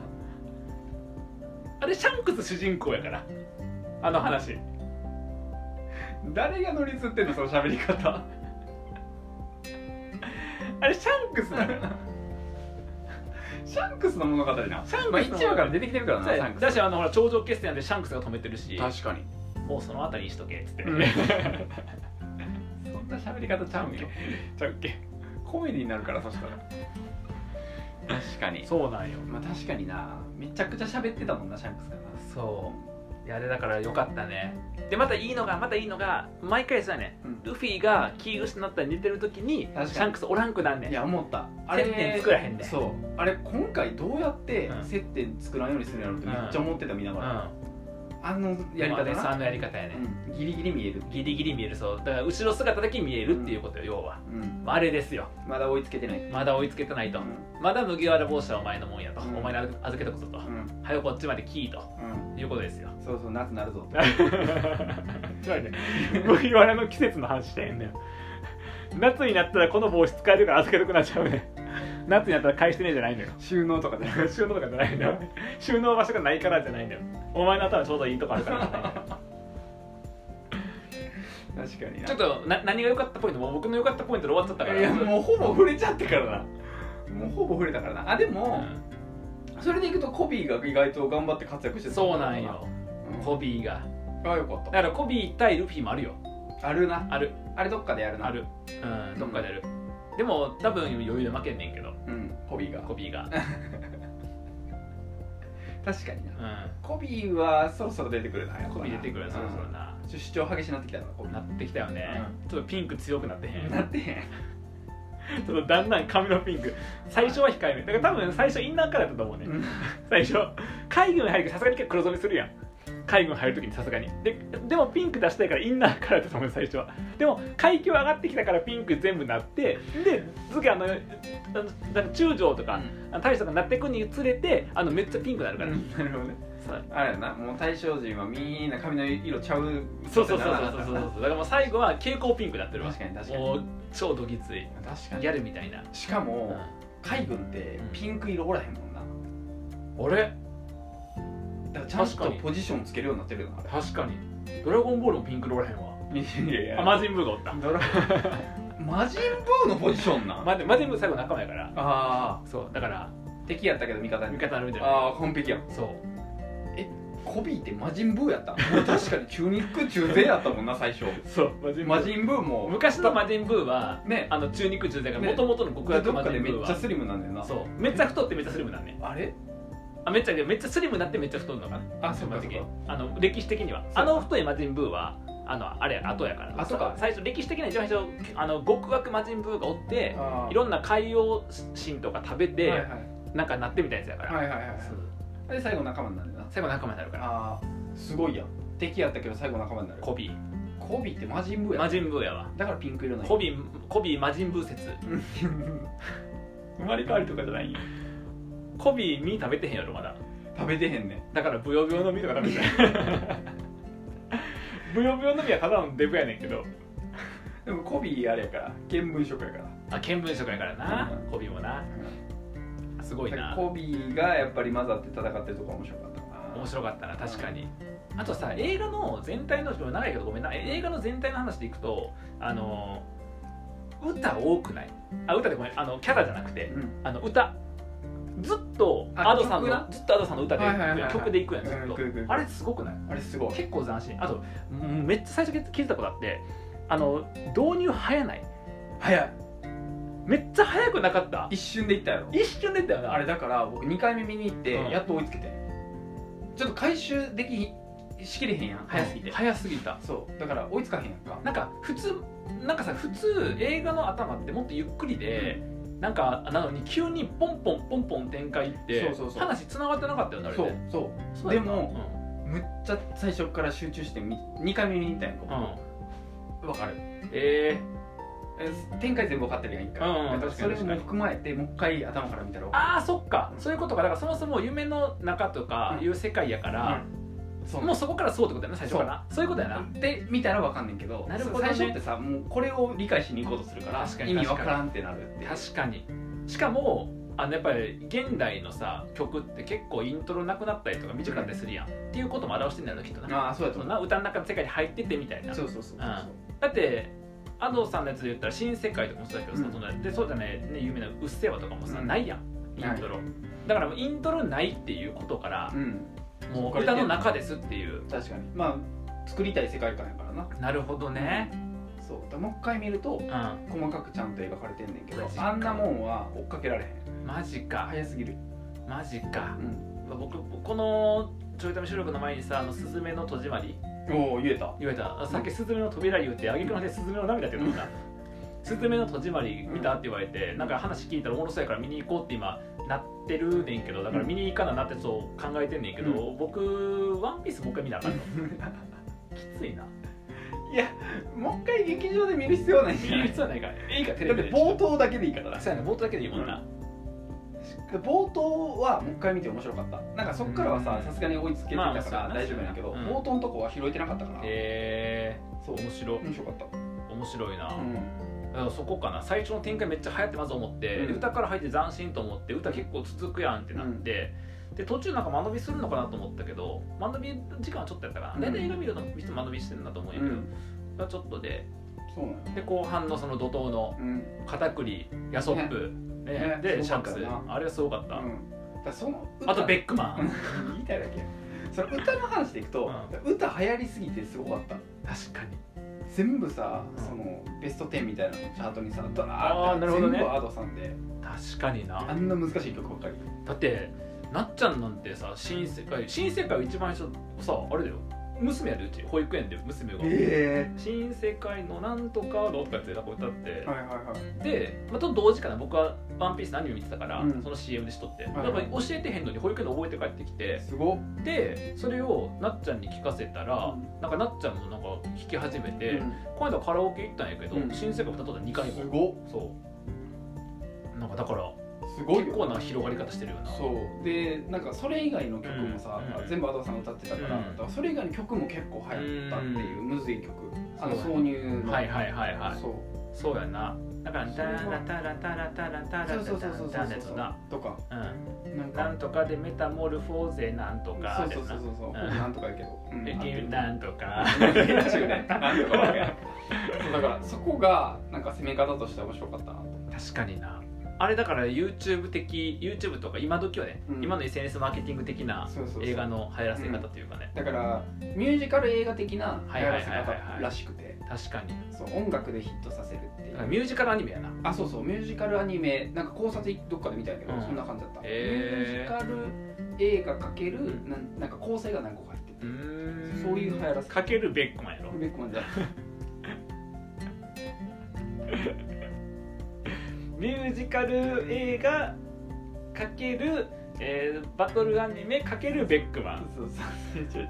Speaker 1: あれシャンクス主人公やからあの話
Speaker 2: 誰が乗り移ってんのその喋り *laughs* 方
Speaker 1: あれシャンクスなのよ
Speaker 2: シャンクスの物語な
Speaker 1: シャン
Speaker 2: まあ
Speaker 1: クス
Speaker 2: 一話から出てきてるからなシャンクス
Speaker 1: だしあのほら頂上決戦でシャンクスが止めてるし
Speaker 2: 確かに
Speaker 1: もうその辺りにしとけっつって、
Speaker 2: うん
Speaker 1: そんな喋り方 *laughs* ちゃうんよ
Speaker 2: ちゃうっけコメディになるからそしたら確かに
Speaker 1: そうなんよ
Speaker 2: まあ確かになめちゃくちゃ喋ってたもんなシャンクスがな
Speaker 1: そういやあれだからよかったねでまたいいのがまたいいのが毎回さね
Speaker 2: うん
Speaker 1: ルフィが気失ったり寝てる時に
Speaker 2: 確かに
Speaker 1: シャンクスおらんくなんねん
Speaker 2: いや思ったあ
Speaker 1: 接点作らへんねん
Speaker 2: そうあれ今回どうやって
Speaker 1: うん
Speaker 2: 接点作らんようにするんやろうってめっちゃ思ってた見な
Speaker 1: う
Speaker 2: が
Speaker 1: ん
Speaker 2: ら、あのやり方
Speaker 1: で
Speaker 2: な、
Speaker 1: あのやり方やね、
Speaker 2: うんギリギリ見える
Speaker 1: ギリギリ見えるそうだから後ろ姿だけ見えるっていうことよ、要は
Speaker 2: うん
Speaker 1: あれですよ
Speaker 2: まだ追いつけてない
Speaker 1: まだ追いつけてないと、
Speaker 2: うん
Speaker 1: まだ麦わら帽子はお前のもんやと、
Speaker 2: うん
Speaker 1: お前に預けたことと、
Speaker 2: うん
Speaker 1: はよこっちまで聞いと
Speaker 2: うん
Speaker 1: いうこと *laughs* ですよ
Speaker 2: そうそう夏なる *laughs* ぞ
Speaker 1: ちょいね麦わらの季節の話してんねん夏になったらこの帽子使えるから預けとくなっちゃうねん夏になったら返してねえじゃないのよ
Speaker 2: 収納とかで
Speaker 1: *laughs* 収納とかじゃないんだよ収納場所がないからじゃないんだよお前の頭ちょうどいいとこあるからじゃないんだよ
Speaker 2: 確かに
Speaker 1: *laughs*
Speaker 2: な
Speaker 1: ちょっとな何が良かったポイントもう僕の良かったポイントで終わっちゃったから
Speaker 2: いやもうほぼ触れちゃってからなもうほぼ触れたからなあで
Speaker 1: う
Speaker 2: も、それでいくとコビーが意外と頑張って活躍して
Speaker 1: ん
Speaker 2: た
Speaker 1: そうなんよ
Speaker 2: うん
Speaker 1: コビーが
Speaker 2: あよかっ
Speaker 1: だからコビー対ルフィもあるよ
Speaker 2: たあるな
Speaker 1: ある
Speaker 2: あれどっかでやるな
Speaker 1: あるうんどっかでやる、でも多分余裕で負けんねんけど
Speaker 2: うんコビーが
Speaker 1: コビーが
Speaker 2: 確かにな
Speaker 1: う
Speaker 2: コビーはそろそろ出てくるなん
Speaker 1: コビー出てくるよそろそろな、
Speaker 2: うんちょ主張激しなってきたなコビ
Speaker 1: なってきたよね、ちょっとピンク強くなってへ
Speaker 2: ーなんってへん
Speaker 1: ちょっとだんだん髪のピンク最初は控えめだから多分最初インナーカラーだったと思うね、
Speaker 2: うん
Speaker 1: 最初海軍入るけどさすがに結構黒染めするやん海軍入るときにさすがにででもピンク出したいからインナーカラーだと思う最初はでも階級上がってきたからピンク全部なってで次あのあのなんか中将とか、あの大将とかなっていくにつれてあのめっちゃピンクになるから、
Speaker 2: なるほどね
Speaker 1: さ
Speaker 2: あれやなもう大正人はみんな髪の色ちゃう
Speaker 1: そうそうそうそうそうそうそうだからもう最後は蛍光ピンクになってるわ
Speaker 2: 確かに確かに
Speaker 1: もう超どぎつい
Speaker 2: 確か
Speaker 1: ギャ
Speaker 2: に
Speaker 1: ルみたいな、
Speaker 2: しか
Speaker 1: う
Speaker 2: も
Speaker 1: ん
Speaker 2: 海軍ってピンク色おらへんもんな
Speaker 1: あれ
Speaker 2: だからちゃん
Speaker 1: 確
Speaker 2: と
Speaker 1: かに
Speaker 2: ポジションつけるようになってるよなあれ
Speaker 1: 確かにドラゴンボールもピンクロらへんわ
Speaker 2: いやい
Speaker 1: あマジンブーがおった
Speaker 2: ドラマジンブーのポジションな
Speaker 1: *laughs*
Speaker 2: ん、
Speaker 1: マジマジンブー最後仲間やから
Speaker 2: あ
Speaker 1: そうだから
Speaker 2: ー敵やったけど味方や
Speaker 1: 味方あるみたいな
Speaker 2: ああ完璧やん
Speaker 1: そう
Speaker 2: コビーってマジンブーやったもう確かに中肉中背やったもんな最初
Speaker 1: そうマジンブ
Speaker 2: マ
Speaker 1: ー
Speaker 2: ジンブーも
Speaker 1: 昔のマジンブーは
Speaker 2: ね
Speaker 1: あの中肉中背が
Speaker 2: ね
Speaker 1: もともとの極
Speaker 2: ど
Speaker 1: 悪
Speaker 2: っ
Speaker 1: マ
Speaker 2: か
Speaker 1: ジ
Speaker 2: で
Speaker 1: ンブ
Speaker 2: めっ
Speaker 1: ー
Speaker 2: ちゃ
Speaker 1: は
Speaker 2: スリムなんだよな
Speaker 1: そうめっちゃ太ってめっちゃスリムなんね
Speaker 2: あれ
Speaker 1: あめっちゃめっちゃスリムになってめっちゃ太るのかな
Speaker 2: あそうか
Speaker 1: 基本
Speaker 2: そうか
Speaker 1: 的にあの歴史的には
Speaker 2: そうか
Speaker 1: あの太いマジンブーはあのあれや後やから
Speaker 2: 後か
Speaker 1: 最初歴史的な一番最初あの極悪マジンブーがおって
Speaker 2: あー
Speaker 1: いろんな海洋神とか食べて、
Speaker 2: はいはい
Speaker 1: なんかなってみたいなやつやから、
Speaker 2: はいはいはいはい
Speaker 1: そう
Speaker 2: で最後仲間になるな
Speaker 1: 最後仲間になるから
Speaker 2: あーすごいやん敵やったけど最後仲間になる
Speaker 1: コビー
Speaker 2: コビーってマジンブーや
Speaker 1: マジンブーやわ
Speaker 2: だからピンク色ない
Speaker 1: コビーコビーマジンブー説
Speaker 2: 生まれ変わりとかじゃないんよ
Speaker 1: コビー身食べてへんやろまだ
Speaker 2: 食べてへんねん
Speaker 1: だからブヨブヨの実とか食べてない *laughs* ブヨブヨの実はただのデブやねんけど
Speaker 2: でもコビーあれやから見聞色やから
Speaker 1: あ見聞色やからな、
Speaker 2: うん
Speaker 1: コビーもなすごい
Speaker 2: だから
Speaker 1: な
Speaker 2: コビーがやっぱり混ざって戦ってるとこ面白かったかな
Speaker 1: 面白かったな確かにあとさ映画の全体の長いけどごめんな映画の全体の話でいくとあの歌多くないあ歌でごめんあのキャラじゃなくて
Speaker 2: うん
Speaker 1: あの歌ずっと
Speaker 2: あ
Speaker 1: アドさん
Speaker 2: 曲な
Speaker 1: のずっとアドさんの歌で、
Speaker 2: はいはいはいはい
Speaker 1: 曲でいくやんずっ
Speaker 2: う
Speaker 1: と、
Speaker 2: ん行く行く行く
Speaker 1: あれすごくない
Speaker 2: あれすごい
Speaker 1: 結構斬新あとうんめっちゃ最初聞いたことあってあの導入早ない
Speaker 2: 早い
Speaker 1: めっちゃ早くなかった
Speaker 2: 一瞬でいったやろ
Speaker 1: 一瞬でだよな
Speaker 2: あれだから僕2回目見に行って
Speaker 1: うん
Speaker 2: やっと追いつけて、ちょっと回収できしきれへんやん早すぎて、
Speaker 1: 早すぎた
Speaker 2: そうだから追いつかへんやんか
Speaker 1: なんか普通なんかさ普通映画の頭ってもっとゆっくりで、なんかなのに急にポンポンポンポン展開いって
Speaker 2: そうそうそう
Speaker 1: 話つながってなかったよねあれ
Speaker 2: そ
Speaker 1: ね
Speaker 2: うそう
Speaker 1: そうやな
Speaker 2: でむっちゃ最初から集中して2回目見に行ったやんか
Speaker 1: うん、うん
Speaker 2: わかる
Speaker 1: えー、
Speaker 2: え展開全部分かってるやん一回、
Speaker 1: うんうん
Speaker 2: だからそれも含まれてもう一回頭から見たら分か
Speaker 1: あーそっかそういうことかだからそもそも夢の中とかいう世界やから、
Speaker 2: るそう
Speaker 1: もうそこからそうってことやな最初からそういうことやな、
Speaker 2: で見たら分かんねんけど
Speaker 1: なるほどね
Speaker 2: 最初ってさもうこれを理解しに行こうとするから
Speaker 1: 確かに
Speaker 2: 意味分からんってなるっていう
Speaker 1: 確かにしかもあのやっぱり現代のさ曲って結構イントロなくなったりとか短かったりするやん、っていうことも表してんだよなきっとな
Speaker 2: ああそうやと
Speaker 1: そん
Speaker 2: 思う
Speaker 1: な歌の中の世界に入ってってみたいな
Speaker 2: そうそうそうそう
Speaker 1: うんだって安藤さんのやつで言ったら「新世界」とかもそうだけどさ、
Speaker 2: うん
Speaker 1: そん、でそうじゃない、ね、有名な「うっせぇわ」とかもさ、
Speaker 2: うん
Speaker 1: ないやんイントロ、だからもうイントロないっていうことから
Speaker 2: う、ん
Speaker 1: も
Speaker 2: そこ
Speaker 1: う
Speaker 2: から
Speaker 1: 歌
Speaker 2: い
Speaker 1: の
Speaker 2: ける
Speaker 1: 中ですっていう
Speaker 2: 確かにまあ作りたい世界観やからな
Speaker 1: なるほどね
Speaker 2: そうだからもう一回見ると
Speaker 1: うん、
Speaker 2: 細かくちゃんと描かれてんねんけど
Speaker 1: マジか
Speaker 2: あんなもんは追っかけられへん
Speaker 1: マジか
Speaker 2: 早すぎる
Speaker 1: マジ
Speaker 2: う
Speaker 1: か、
Speaker 2: ん
Speaker 1: まあ僕このちょいため収録の前にさ「あのスズメの戸締まり」
Speaker 2: おお言えた
Speaker 1: *laughs* 言われたあさっき「スズメの扉」言うてあげくので「スズメの涙」って言うたスズメの戸締まり」見たって言われて、なんか話聞いたらおもろそうやから見に行こうって今なってるねんけどだから見に行かななってそう考えてんねんけど、僕「ワンピースもう一回見なあ
Speaker 2: *laughs*
Speaker 1: かんのきついな
Speaker 2: もう一回劇場で見る必要はないん
Speaker 1: 見
Speaker 2: じゃ
Speaker 1: る
Speaker 2: ない
Speaker 1: 必要はないからいいかテ
Speaker 2: だ
Speaker 1: レビ
Speaker 2: って
Speaker 1: で
Speaker 2: 冒頭だけでいいからな
Speaker 1: そうやね冒頭だけでいいもんな、
Speaker 2: 冒頭はもう一回見て面白かったなんかそっからは
Speaker 1: う
Speaker 2: さ
Speaker 1: ん
Speaker 2: さすがに追いつけて
Speaker 1: まあ
Speaker 2: たか
Speaker 1: まあそうや
Speaker 2: ら
Speaker 1: な
Speaker 2: 大丈夫なんやけど、
Speaker 1: うん
Speaker 2: 冒頭のとこは拾えてなかったから、
Speaker 1: え
Speaker 2: そう
Speaker 1: ー、面白
Speaker 2: 面白かった、
Speaker 1: 面白いな、
Speaker 2: うん、
Speaker 1: だからそこかな最初の展開めっちゃ流行ってまず思って、
Speaker 2: うん
Speaker 1: で歌から入って斬新と思って歌結構続くやんってなって、で途中なんか間延びするのかなと思ったけど間延び時間はちょっとやったか
Speaker 2: うん
Speaker 1: な大体映画見るの人間延びしてるなと思うんやけど、がちょっとで
Speaker 2: そうなの
Speaker 1: で後半のその怒涛の
Speaker 2: うん、
Speaker 1: 片栗ヤソップ、ね
Speaker 2: ね
Speaker 1: ですシ
Speaker 2: ご
Speaker 1: ャ
Speaker 2: か
Speaker 1: ンク
Speaker 2: った
Speaker 1: ス
Speaker 2: よな
Speaker 1: あれはすごかった、
Speaker 2: うんだからその
Speaker 1: あとベ
Speaker 2: ッ
Speaker 1: ックマン
Speaker 2: 言いたいだけその歌の話でいくと、歌流行りすぎてすごかった
Speaker 1: 確かに
Speaker 2: 全部さ、
Speaker 1: うん
Speaker 2: そのベスト10みたいなのチャートにさド
Speaker 1: あ
Speaker 2: ラ
Speaker 1: ー
Speaker 2: ーって
Speaker 1: なるほどね
Speaker 2: 全部アドさんで
Speaker 1: 確かに
Speaker 2: あ
Speaker 1: なん
Speaker 2: な難しい曲ばっかり
Speaker 1: だってなっちゃんなんてさ新世界新世界一番最初さあれだよ娘やでうち保育園で娘が
Speaker 2: え
Speaker 1: 「新世界のなんとかどうか」ってなんか歌って、
Speaker 2: はいはいはい
Speaker 1: で、まあ、と同時かな僕は「ワンピースのアニメ見てたから、
Speaker 2: うん
Speaker 1: その CM でしとって、
Speaker 2: はい
Speaker 1: だから教えてへんのに保育園で覚えて帰ってきて
Speaker 2: すごっ
Speaker 1: でそれをなっちゃんに聞かせたら、
Speaker 2: うん
Speaker 1: なんかなっちゃんもなんか弾き始めて、
Speaker 2: うん
Speaker 1: この間カラオケ行ったんやけど、
Speaker 2: うん
Speaker 1: 新世界歌っとった2回
Speaker 2: す
Speaker 1: も
Speaker 2: ごっ
Speaker 1: そうなんかだから
Speaker 2: すごい
Speaker 1: 結
Speaker 2: よ
Speaker 1: 構な広がり方してるよな
Speaker 2: そうでなんかそれ以外の曲もさ、
Speaker 1: うんうん
Speaker 2: 全部アドさん歌ってたから,、
Speaker 1: うん
Speaker 2: だからそれ以外の曲も結構流行ったっていう、
Speaker 1: う
Speaker 2: むずい曲あの
Speaker 1: そう
Speaker 2: 挿入の、
Speaker 1: はいはいはいはい
Speaker 2: そう
Speaker 1: そうやなだから「
Speaker 2: そ
Speaker 1: タ
Speaker 2: れは
Speaker 1: ラタラタラタラタラタラ
Speaker 2: そうそうそうそうそ
Speaker 1: タ
Speaker 2: う
Speaker 1: ラ」やつな
Speaker 2: とか
Speaker 1: うん
Speaker 2: なん
Speaker 1: な
Speaker 2: か
Speaker 1: んとかでメタモルフォーゼなんとか
Speaker 2: そうそうそうそうそう、
Speaker 1: ん
Speaker 2: なんとかやけど、うん、
Speaker 1: で
Speaker 2: 合ってる
Speaker 1: なんとか
Speaker 2: 中年な
Speaker 1: *laughs*
Speaker 2: んとかわかんないそうだからそこがなんか攻め方として面白かったなと
Speaker 1: 確かになあれだから YouTube 的 YouTube とか今時はね、
Speaker 2: うん
Speaker 1: 今の SNS マーケティング的な
Speaker 2: そうそうそう
Speaker 1: 映画の流行らせ方というかね、
Speaker 2: だからミュージカル映画的な流
Speaker 1: はいはいは
Speaker 2: 行ら
Speaker 1: い
Speaker 2: せ
Speaker 1: はい
Speaker 2: 方らしくて
Speaker 1: 確かに
Speaker 2: そう音楽でヒットさせるってい
Speaker 1: だから
Speaker 2: う
Speaker 1: ミュージカルアニメやな
Speaker 2: あそうそうミュージカルアニメなんか考察どっかで見たんやけど、
Speaker 1: うん
Speaker 2: そんな感じだった、
Speaker 1: へー
Speaker 2: ミュージカル映画かける
Speaker 1: うん
Speaker 2: なんなんか構成が何個か入ってて
Speaker 1: うーん
Speaker 2: そういう流行らせ
Speaker 1: かけるベックマンやろ
Speaker 2: ベックマンじゃない
Speaker 1: ミュージカル映画かける、えーバトルアニメかけるベックマン
Speaker 2: *laughs* そうそうそう違う違う違う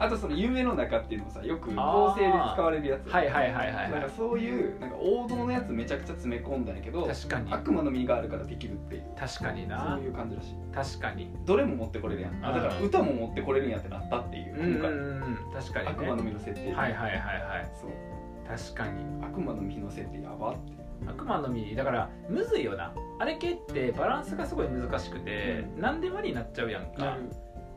Speaker 2: あとその夢の中っていうのもさよく構成で使われるやつ
Speaker 1: はいはいはいはい
Speaker 2: なん
Speaker 1: は
Speaker 2: かそういうなんか王道のやつめちゃくちゃ詰め込んだんやけど
Speaker 1: い確かに
Speaker 2: 悪魔の実があるからできるっていう
Speaker 1: 確かに
Speaker 2: そ
Speaker 1: な
Speaker 2: ういう感じらしい
Speaker 1: 確かに
Speaker 2: どれも持ってこれるやんあだから
Speaker 1: うん
Speaker 2: 歌も持ってこれるんやってなったっていう
Speaker 1: うんうん
Speaker 2: 今回、
Speaker 1: うん確かに
Speaker 2: 悪
Speaker 1: ね
Speaker 2: 魔の実の設
Speaker 1: は
Speaker 2: 定
Speaker 1: いはいはいはい
Speaker 2: そう
Speaker 1: 確かに
Speaker 2: 悪魔の実の設定やばって
Speaker 1: 悪魔の実だからむずいよなあれ系ってバランスがすごい難しくて、、
Speaker 2: うん
Speaker 1: 何でもありになっちゃうやんか、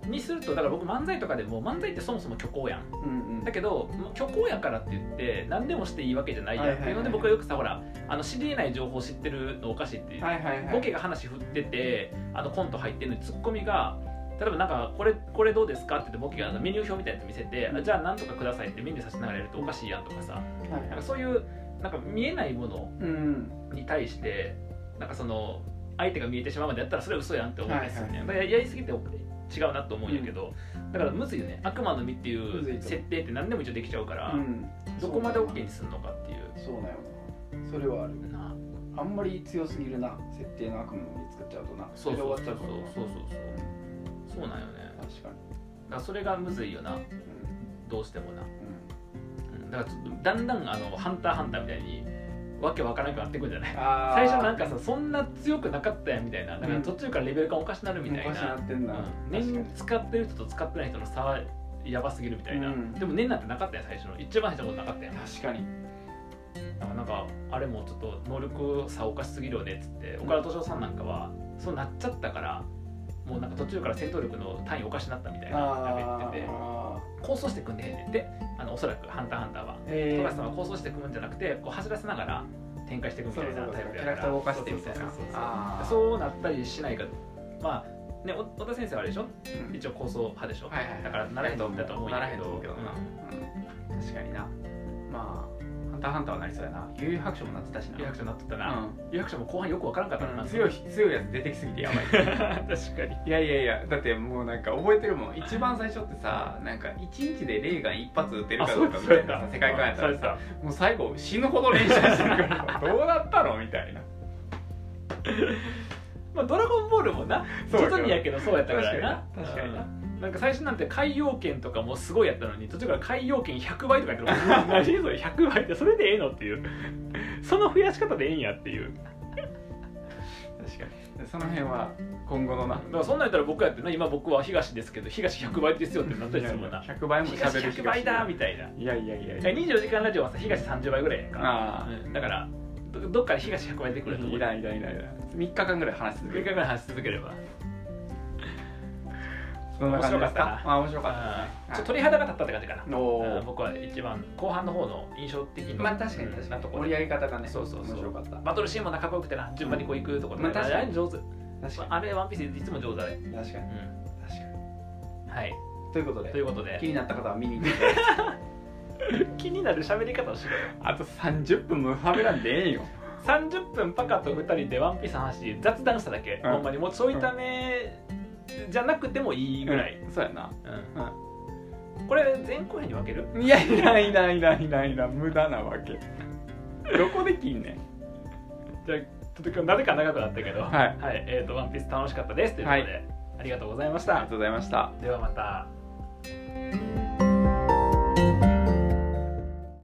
Speaker 1: にするとだから僕漫才とかでも漫才ってそもそも虚構やん
Speaker 2: うんうん
Speaker 1: だけどもう虚構やからって言って何でもしていいわけじゃないやんっていうの
Speaker 2: はいはいは
Speaker 1: で
Speaker 2: い
Speaker 1: 僕はよくさほらあの知り得ない情報知ってるのおかしいっていう、
Speaker 2: はいはいはい
Speaker 1: ボケが話振っててあのコント入ってるのにツッコミが例えばなんかこれこれどうですかって言ってボケがあのメニュー表みたいなやつ見せて、
Speaker 2: うん
Speaker 1: あじゃあ何とかくださいってメニューさしながらやるとおかしいやんとかさ
Speaker 2: はい
Speaker 1: なん
Speaker 2: は
Speaker 1: か
Speaker 2: い
Speaker 1: そういうなんか見えないもの
Speaker 2: うん
Speaker 1: に対してなんかその相手が見えてしまうまでやったらそれは嘘やんって思うんですよね、だからやりすぎて違うなと思うんやけど、だからむずいよね悪魔の実ってい
Speaker 2: むずいうと
Speaker 1: 設定って何でも一応できちゃうから、
Speaker 2: うん
Speaker 1: どこまで OK にするのかっていう
Speaker 2: そうだよなそれはある
Speaker 1: な
Speaker 2: あんまり強すぎるな設定の悪魔の実作っちゃうとな
Speaker 1: そうそうそ
Speaker 2: そ
Speaker 1: う
Speaker 2: れ
Speaker 1: そう
Speaker 2: で終わっち
Speaker 1: そうそう
Speaker 2: ゃうからな
Speaker 1: そうそうなんよねだか
Speaker 2: 確から
Speaker 1: それがむずいよな
Speaker 2: にうん
Speaker 1: どうしてもな、うん、だからちょっとだんだんあの「ハンターハンター」みたいにわけわからなくなってくんじゃない
Speaker 2: あ
Speaker 1: 最初なん
Speaker 2: か
Speaker 1: かさそんな強くなかったやんみたいなだから途中からレベル感おかしなるみたい
Speaker 2: おかしな
Speaker 1: な、
Speaker 2: ってんな
Speaker 1: うん
Speaker 2: 確かに
Speaker 1: 年使ってる人と使ってない人の差はやばすぎるみたいな、
Speaker 2: うん
Speaker 1: でも年なんてなかったやん最初の一番最初のことなかったやんだ
Speaker 2: 確かに
Speaker 1: からなんかあれもちょっと能力差おかしすぎるよねっつって岡田斗司夫さんなんかはそうなっちゃったからもうなんか途中から戦闘力の単位おかしなったみたいななんか言ってて
Speaker 2: あ
Speaker 1: 構想して組んでへんねんってあのおそらく「ハンターハンター」は。
Speaker 2: ーへ
Speaker 1: 富
Speaker 2: ー
Speaker 1: 樫さんは構想して組むんじゃなくてこう走らせながら展開していくみたいな
Speaker 2: そうそうそう
Speaker 1: タイプや
Speaker 2: キャラクターを動かして
Speaker 1: そうそうそう
Speaker 2: みたいな
Speaker 1: そう
Speaker 2: あー
Speaker 1: そうなったりしないかまあねお小田先生はあれでしょ
Speaker 2: うん
Speaker 1: 一応構想派でしょ、
Speaker 2: はいはいはい
Speaker 1: だからならへんと思ったと思うんやけど
Speaker 2: ならへんと思うけどなうん確かになまあハンターハンターはなりそうやな有白書もなってたしな
Speaker 1: 有楽町になっとった
Speaker 2: う
Speaker 1: な、有楽町も後半よくわからんかった
Speaker 2: ん
Speaker 1: な、
Speaker 2: 強い強いやつ出てきすぎてやばい
Speaker 1: *laughs* 確かに
Speaker 2: *laughs* いやいやいやだってもうなんか覚えてるもん一番最初ってさなんか1日でレーガン一発撃てるかどうかみたいなさ世界観やったらさもう最後死ぬほど練習してるからどうなったのみたいな
Speaker 1: まあドラゴンボールもな
Speaker 2: そう
Speaker 1: 徐々
Speaker 2: やけど
Speaker 1: にやけどそうやったからな
Speaker 2: 確かにな確かにな
Speaker 1: うんなんか最初なんて海洋圏とかもすごいやったのに途中から海洋圏100倍とかやってる
Speaker 2: *laughs*
Speaker 1: 何それ100倍ってそれでええのっていうその増やし方でええんやっていう
Speaker 2: 確かにその辺は今後のな
Speaker 1: だからそんなんやったら僕やってな今僕は東ですけど東100倍ですよってなったりするもんな
Speaker 2: 100倍も
Speaker 1: 東
Speaker 2: 喋る
Speaker 1: 100倍だみたいない
Speaker 2: ないやいやいやいや
Speaker 1: 24時間ラジオはさ東30倍ぐらいやんか
Speaker 2: ああ
Speaker 1: うんだからどどっかで東100倍出てくると思
Speaker 2: いうないいないいない3日間ぐらい話し続
Speaker 1: 3日
Speaker 2: け
Speaker 1: ぐ
Speaker 2: る
Speaker 1: らい話し続ければ
Speaker 2: そんな感
Speaker 1: 面白
Speaker 2: じです
Speaker 1: かった
Speaker 2: か
Speaker 1: な
Speaker 2: あ面白か
Speaker 1: あー
Speaker 2: はい
Speaker 1: ちょっと鳥肌が立ったって感じかな
Speaker 2: ったお
Speaker 1: うん
Speaker 2: ー
Speaker 1: 僕は一番後半の方の印象的な
Speaker 2: まあ確かに確
Speaker 1: なと
Speaker 2: かに
Speaker 1: こ
Speaker 2: 盛
Speaker 1: ろ
Speaker 2: り上げ方がね
Speaker 1: そうそうそう
Speaker 2: 面白かった
Speaker 1: バトルシーンもなかっこよくてな順番にこう行くところと
Speaker 2: まあ確かに
Speaker 1: あれ上手
Speaker 2: 確か
Speaker 1: あれワンピースいつも上手だね
Speaker 2: に確かに
Speaker 1: う
Speaker 2: 確かに
Speaker 1: んはい
Speaker 2: ということ
Speaker 1: と
Speaker 2: で
Speaker 1: いうこと
Speaker 2: 気
Speaker 1: で
Speaker 2: になった方は見に行ってください
Speaker 1: 気になる喋り方をしろよ
Speaker 2: あと30分無ハブなんでええよ
Speaker 1: 30分パカと2人でワンピースの話雑談しただけ、
Speaker 2: うん
Speaker 1: ほんまにもうちょいためじゃなくてもいいぐらい、
Speaker 2: うんそうやな
Speaker 1: うん
Speaker 2: うん
Speaker 1: これ前後編に分ける
Speaker 2: いやいやいやいやいやいや無駄なわけどこで切んね
Speaker 1: じゃあちょっと今日なぜか長くなったけど、
Speaker 2: はい
Speaker 1: えーと「ワンピース楽しかったですということで、
Speaker 2: は
Speaker 1: ありがとうございまし
Speaker 2: んありが
Speaker 1: た
Speaker 2: とうございました
Speaker 1: ではまた。
Speaker 2: 「